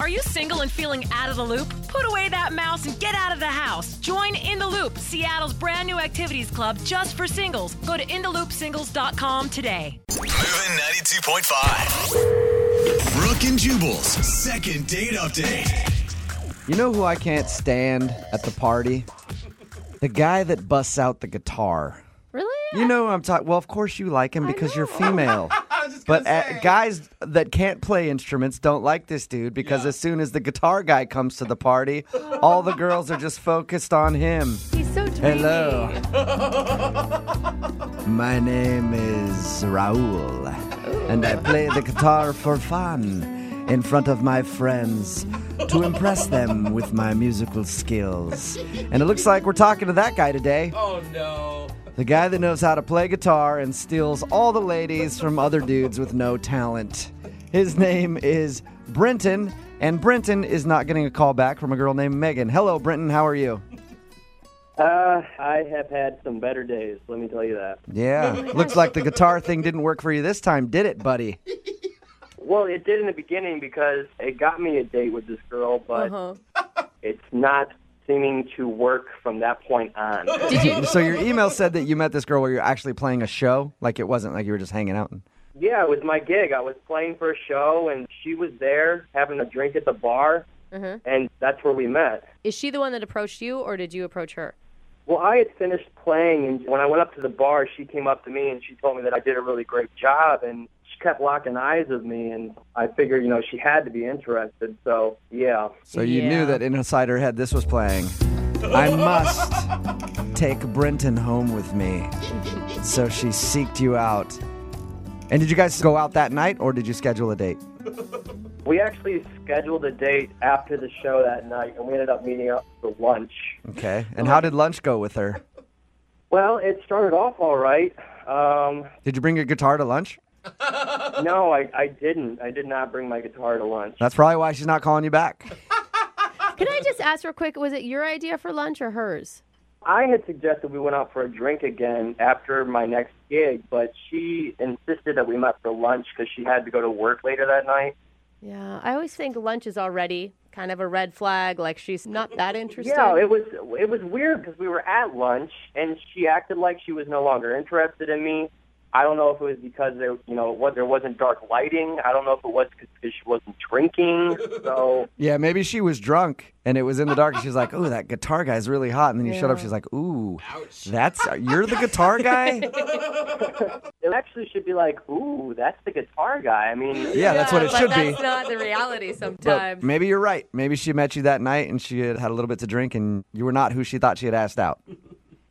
Are you single and feeling out of the loop? Put away that mouse and get out of the house. Join In the Loop, Seattle's brand new activities club just for singles. Go to intheloopsingles.com today. Moving 92.5. Brooke and Jubal's second date update. You know who I can't stand at the party? The guy that busts out the guitar. Really? You know who I'm talking. Well, of course you like him because you're female. but uh, guys that can't play instruments don't like this dude because as soon as the guitar guy comes to the party, all the girls are just focused on him. He's so dreamy. Hello. My name is Raul, and I play the guitar for fun in front of my friends to impress them with my musical skills. And it looks like we're talking to that guy today. Oh, no. The guy that knows how to play guitar and steals all the ladies from other dudes with no talent. His name is Brenton, and Brenton is not getting a call back from a girl named Megan. Hello, Brenton. How are you? Uh, I have had some better days, let me tell you that. Yeah. Looks like the guitar thing didn't work for you this time, did it, buddy? Well, it did in the beginning because it got me a date with this girl, but Uh-huh. it's not seeming to work from that point on. So your email said that you met this girl where you're actually playing a show, like it wasn't like you were just hanging out. yeah, it was my gig. I was playing for a show, and she was there having a drink at the bar, Uh-huh. and that's where we met. Is she the one that approached you, or did you approach her? Well, I had finished playing, and when I went up to the bar, she came up to me and she told me that I did a really great job, and she kept locking eyes with me, and I figured, you know, she had to be interested. So, yeah. So you Yeah. knew that inside her head this was playing. I must take Brenton home with me. So she seeked you out. And did you guys go out that night or did you schedule a date? We actually scheduled a date after the show that night, and we ended up meeting up for lunch. Okay. And how did lunch go with her? Well, it started off all right. Um, Did you bring your guitar to lunch? no, I, I didn't. I did not bring my guitar to lunch. That's probably why she's not calling you back. Can I just ask real quick? Was it your idea for lunch or hers? I had suggested we went out for a drink again after my next gig, but she insisted that we met for lunch because she had to go to work later that night. Yeah, I always think lunch is already kind of a red flag. Like she's not that interested. Yeah, it was it was weird because we were at lunch and she acted like she was no longer interested in me. I don't know if it was because there you know what there wasn't dark lighting. I don't know if it was because she wasn't drinking. So Yeah, maybe she was drunk and it was in the dark. And she was like, "Oh, that guitar guy's really hot." And then you showed up. She's like, "Ooh, that's you're the guitar guy." it actually should be like, ooh, that's the guitar guy. I mean, Yeah, that's what it but should be. that's not the reality But sometimes. maybe you're right. Maybe she met you that night and she had had a little bit to drink, and you were not who she thought she had asked out.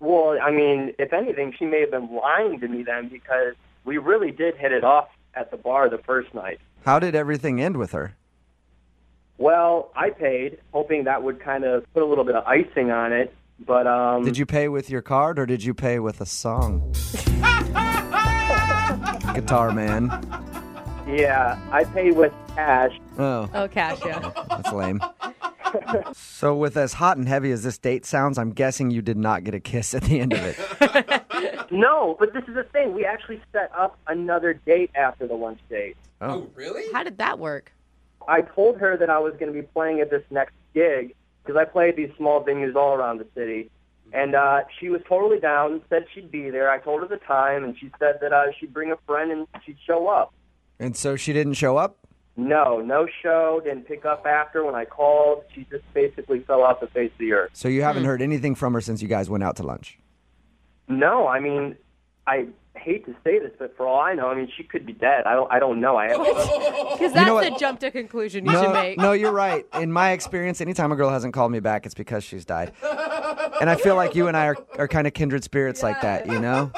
well, I mean, if anything, she may have been lying to me then because we really did hit it off at the bar the first night. How did everything end with her? Well, I paid, hoping that would kind of put a little bit of icing on it. But um, Did you pay with your card or did you pay with a song? guitar man. Yeah, I paid with cash. Oh, oh, cash, yeah. that's lame. So, with as hot and heavy as this date sounds, I'm guessing you did not get a kiss at the end of it. No, but this is the thing. We actually set up another date after the lunch date. How did that work? I told her that I was going to be playing at this next gig because I play at these small venues all around the city. And uh, she was totally down, said she'd be there. I told her the time, and she said that uh, she'd bring a friend and she'd show up. And so she didn't show up? No, no show, didn't pick up after when I called. She just basically fell off the face of the earth. So you Hmm. haven't heard anything from her since you guys went out to lunch. No, I mean, I hate to say this, but for all I know, I mean, she could be dead. I don't, I don't know. I haven't Because that's know a what? jump to conclusion you should No, make. no, you're right. In my experience, anytime a girl hasn't called me back, it's because she's died. And I feel like you and I are, are kind of kindred spirits like that, you know?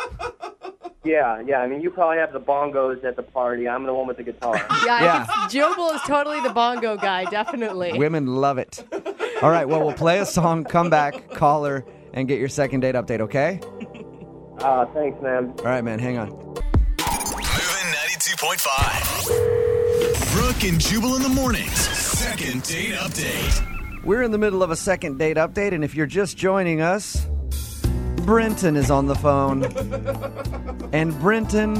Yeah, yeah. I mean, you probably have the bongos at the party. I'm the one with the guitar. Yeah, Yeah. I can- Jubal is totally the bongo guy, definitely. Women love it. All right, well, we'll play a song, come back, call her, and get your second date update, okay? uh, thanks, man. All right, man, hang on. Moving 92.5. Brooke and Jubal in the mornings. Second date update. We're in the middle of a second date update, and if you're just joining us, Brenton is on the phone. and Brenton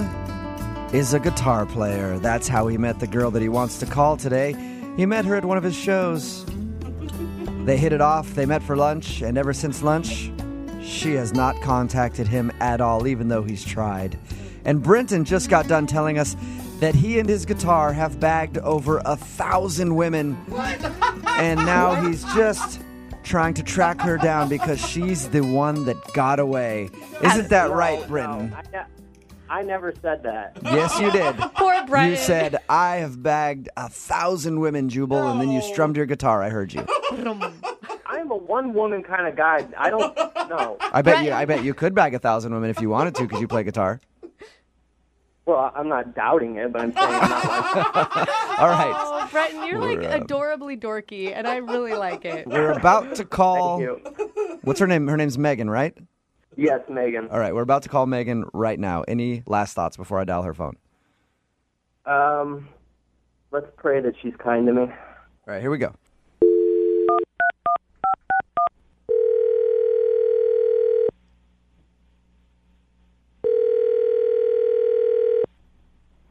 is a guitar player. That's how he met the girl that he wants to call today. He met her at one of his shows. They hit it off, they met for lunch, and ever since lunch, she has not contacted him at all, even though he's tried. And Brenton just got done telling us that he and his guitar have bagged over a thousand women. And now he's just trying to track her down because she's the one that got away. Isn't that right, Brenton? I, ne- I never said that. Yes, you did. Poor Brian. You said, I have bagged a thousand women, Jubal, and then you strummed your guitar. I heard you. I'm a one woman kind of guy. I don't know. I bet you I bet you could bag a thousand women if you wanted to because you play guitar. Well, I- I'm not doubting it, but I'm saying I'm not like All right. Oh, Breton, you're like We're, uh, adorably dorky, and I really like it. We're about to call you. What's her name? Her name's Megan, right? Yes, Megan. All right, we're about to call Megan right now. Any last thoughts before I dial her phone? Um, let's pray that she's kind to me. All right, here we go.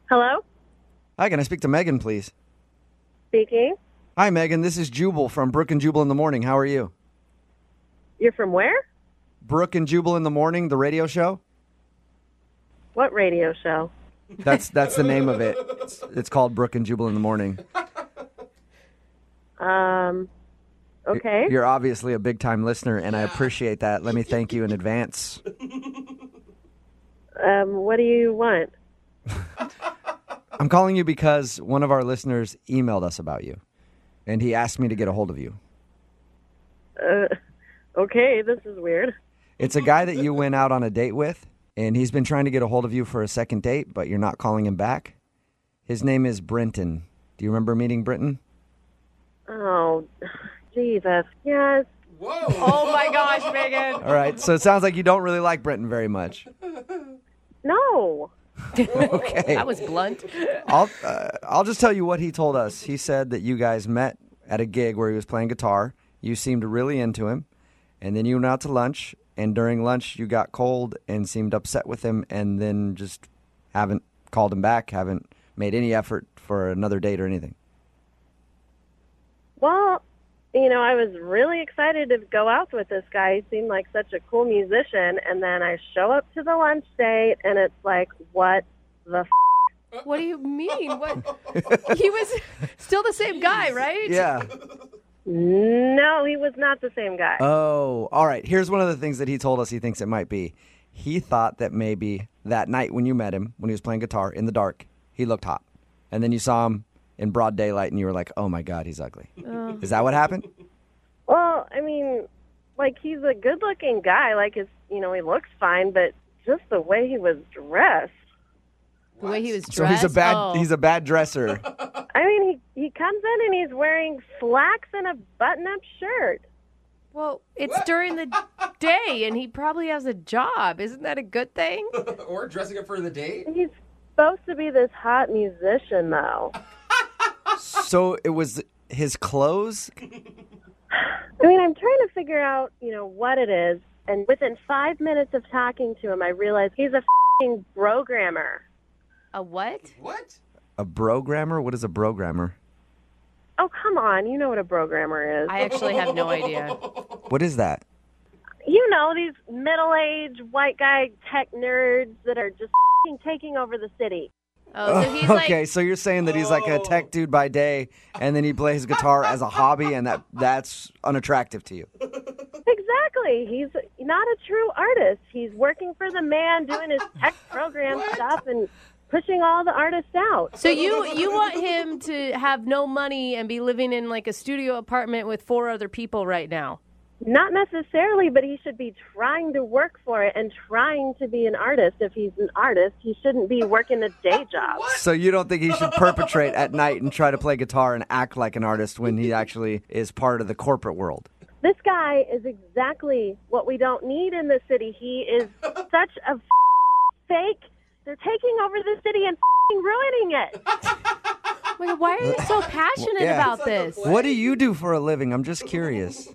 Hello? Hi, can I speak to Megan, please? Speaking. Hi, Megan. This is Jubal from Brook and Jubal in the Morning. How are you? You're from where? Brook and Jubal in the Morning, the radio show? What radio show? That's that's the name of it. It's, it's called Brook and Jubal in the Morning. Um, okay. You're obviously a big time listener, and I appreciate that. Let me thank you in advance. Um, what do you want? I'm calling you because one of our listeners emailed us about you, and he asked me to get a hold of you. Uh, Okay, this is weird. It's a guy that you went out on a date with, and he's been trying to get a hold of you for a second date, but you're not calling him back. His name is Brenton. Do you remember meeting Brenton? Oh, Jesus. Yes. Oh my gosh, Megan. All right, so it sounds like you don't really like Brenton very much. No. Okay. That was blunt. I'll uh, I'll just tell you what he told us. He said that you guys met at a gig where he was playing guitar. You seemed really into him, and then you went out to lunch. And during lunch, you got cold and seemed upset with him, and then just haven't called him back. Haven't made any effort for another date or anything. Well, you know, I was really excited to go out with this guy. He seemed like such a cool musician. And then I show up to the lunch date, and it's like, what the f- What do you mean? What? He was still the same guy, right? Yeah. No, he was not the same guy. Oh, all right. Here's one of the things that he told us he thinks it might be. He thought that maybe that night when you met him, when he was playing guitar in the dark, he looked hot. And then you saw him in broad daylight and you were like, oh my God, he's ugly. Is that what happened? Well, I mean, like he's a good-looking guy. Like his, you know, he looks fine, but just the way he was dressed. The way he was So he's dressed. a bad Oh. he's a bad dresser. I mean, he he comes in and he's wearing slacks and a button-up shirt. Well, it's during the day, and he probably has a job. Isn't that a good thing? or dressing up for the date. He's supposed to be this hot musician, though. so it was his clothes? I mean, I'm trying to figure out, you know, what it is. And within five minutes of talking to him, I realize he's a fing programmer. A what? What? A programmer? What is a programmer? Oh, come on. You know what a programmer is. I actually have no idea. What is that? you know, these middle-aged white guy tech nerds that are just fing taking over the city. Oh, so he's okay, like, so you're saying that he's like a tech dude by day and then he plays guitar as a hobby and that that's unattractive to you. Exactly. He's not a true artist. He's working for the man doing his tech program stuff and pushing all the artists out. so you you want him to have no money and be living in like a studio apartment with four other people right now? Not necessarily, but he should be trying to work for it and trying to be an artist. If he's an artist, he shouldn't be working a day job. So you don't think he should perpetrate at night and try to play guitar and act like an artist when he actually is part of the corporate world? This guy is exactly what we don't need in the city. He is such a fake. They're taking over the city and ruining it. Wait, why are you so passionate yeah. about this? What do you do for a living? I'm just curious.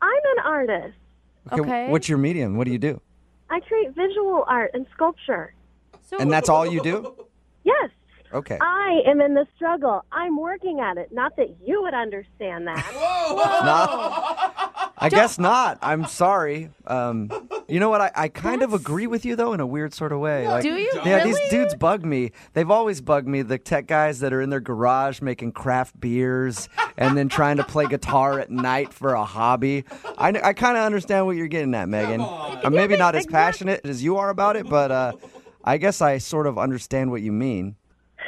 I'm an artist. Okay. What's your medium? What do you do? I create visual art and sculpture. So And that's all you do? Yes. Okay. I am in the struggle. I'm working at it. Not that you would understand that. I guess not. I'm sorry. Um, you know what? I, I kind of agree with you though in a weird sort of way. Like, Do you? Yeah, Really? these dudes bug me. They've always bugged me. The tech guys that are in their garage making craft beers and then trying to play guitar at night for a hobby. I, I kind of understand what you're getting at, Megan. I'm maybe not as passionate as you are about it, but uh, I guess I sort of understand what you mean.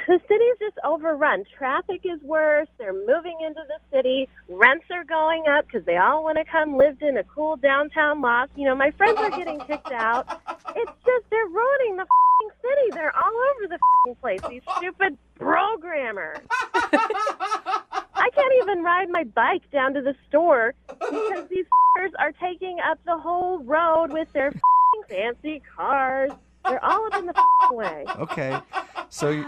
the city's just overrun. Traffic is worse. They're moving into the city. Rents are going up because they all want to come live in a cool downtown loft. You know, my friends are getting kicked out. It's just they're ruining the fing city. They're all over the fing place. These stupid programmers. I can't even ride my bike down to the store because these f***ers are taking up the whole road with their f***ing fancy cars. They're all up in the f***ing way. Okay. So you-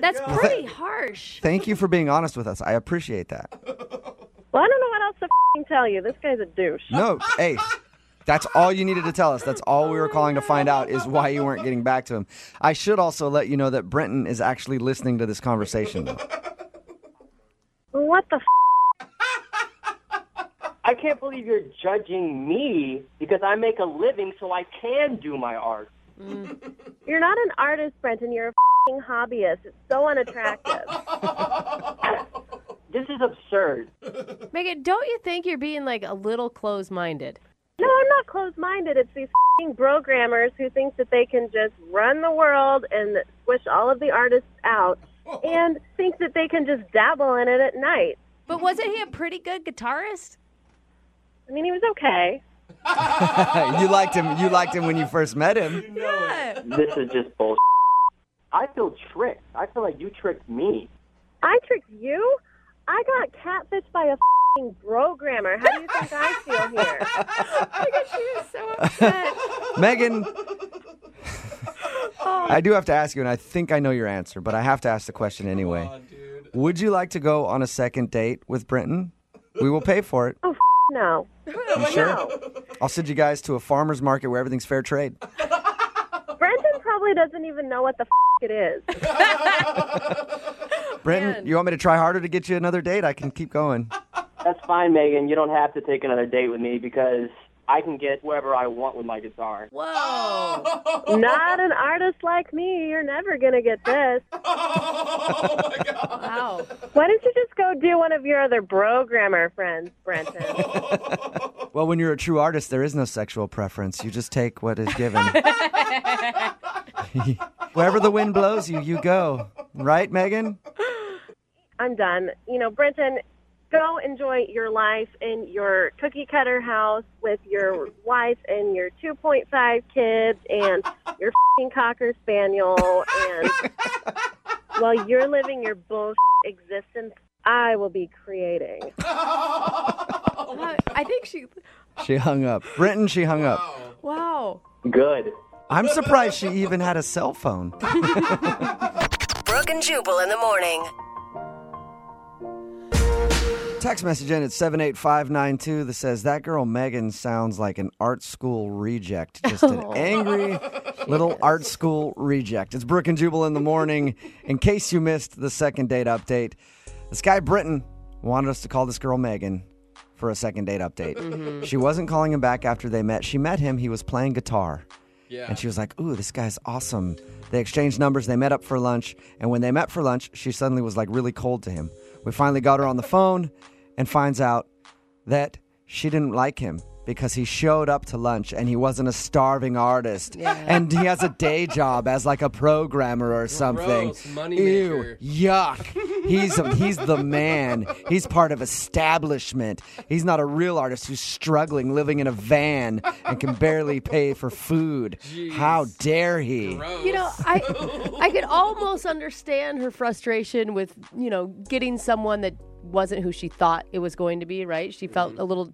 That's pretty harsh. thank you for being honest with us. I appreciate that. Well, I don't know what else to f***ing tell you. This guy's a douche. No, hey, that's all you needed to tell us. That's all we were calling to find out is why you weren't getting back to him. I should also let you know that Brenton is actually listening to this conversation. Though. What the f- I can't believe you're judging me because I make a living so I can do my art. You're not an artist, Brenton. You're a f***ing hobbyist. It's so unattractive. This is absurd. Megan, don't you think you're being like a little close minded? No, I'm not closed-minded. It's these f***ing programmers who think that they can just run the world and squish all of the artists out and think that they can just dabble in it at night. But wasn't he a pretty good guitarist? I mean, he was okay. you liked him. You liked him when you first met him. Yeah. This is just bullshit. I feel tricked. I feel like you tricked me. I tricked you? I got catfished by a f***ing programmer. How do you think I feel here? she was so upset. Megan, I do have to ask you, and I think I know your answer, but I have to ask the question anyway. Would you like to go on a second date with Brenton? We will pay for it. No. You sure? I'll send you guys to a farmer's market where everything's fair trade. Brenton probably doesn't even know what the f*** it is. Brenton, you want me to try harder to get you another date? I can keep going. That's fine, Megan. You don't have to take another date with me because I can get wherever I want with my guitar. Whoa. Not an artist like me. You're never going to get this. Wow. Why don't you just go do one of your other programmer friends, Brenton? Well, when you're a true artist, there is no sexual preference. You just take what is given. Wherever the wind blows you, you go. Right, Megan? I'm done. You know, Brenton, go enjoy your life in your cookie cutter house with your wife and your 2.5 kids and your fing cocker spaniel. And while you're living your bull existence, I will be creating. Wow. I think she. She hung up. Brenton, she hung up. Wow. Good. I'm surprised she even had a cell phone. Brooke and Jubal in the morning. Text message in at 78592 that says, That girl Megan sounds like an art school reject. Just an angry little art school reject. It's Brooke and Jubal in the morning. In case you missed the second date update, this guy Britton wanted us to call this girl Megan for a second date update. She wasn't calling him back after they met. She met him, he was playing guitar. Yeah. And she was like, Ooh, this guy's awesome. They exchanged numbers, they met up for lunch. And when they met for lunch, she suddenly was like really cold to him. We finally got her on the phone and finds out that she didn't like him because he showed up to lunch and he wasn't a starving artist and he has a day job as like a programmer or something Gross, money ew maker. yuck he's he's the man he's part of establishment he's not a real artist who's struggling living in a van and can barely pay for food how dare he You know, I I could almost understand her frustration with, you know, getting someone that wasn't who she thought it was going to be, right? She felt a little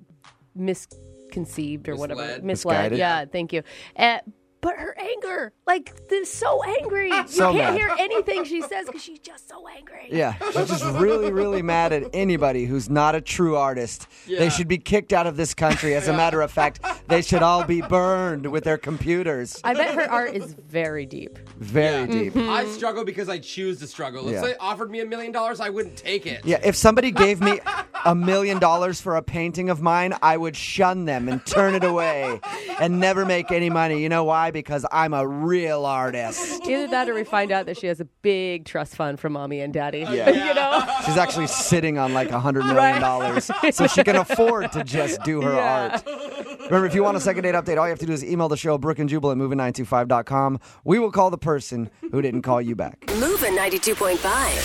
misconceived or whatever. Misled. Misled. Misguided. Yeah, thank you. Uh, but but her anger, like, they're so angry. You So mad. can't hear anything she says because she's just so angry. Yeah, she's just really, really mad at anybody who's not a true artist. They should be kicked out of this country. As a matter of fact, they should all be burned with their computers. I bet her art is very deep. Very deep. I struggle because I choose to struggle. If Yeah. they offered me a million dollars, I wouldn't take it. Yeah, if somebody gave me a million dollars for a painting of mine, I would shun them and turn it away and never make any money. You know why? Because I'm a real artist. Either that or we find out that she has a big trust fund for mommy and daddy. Yeah. you know? She's actually sitting on like a hundred million dollars, so she can afford to just do her Yeah. art. Remember, if you want a second date update, all you have to do is email the show Brook and Jubal at moving925.com. We will call the person who didn't call you back. Moving 92.5.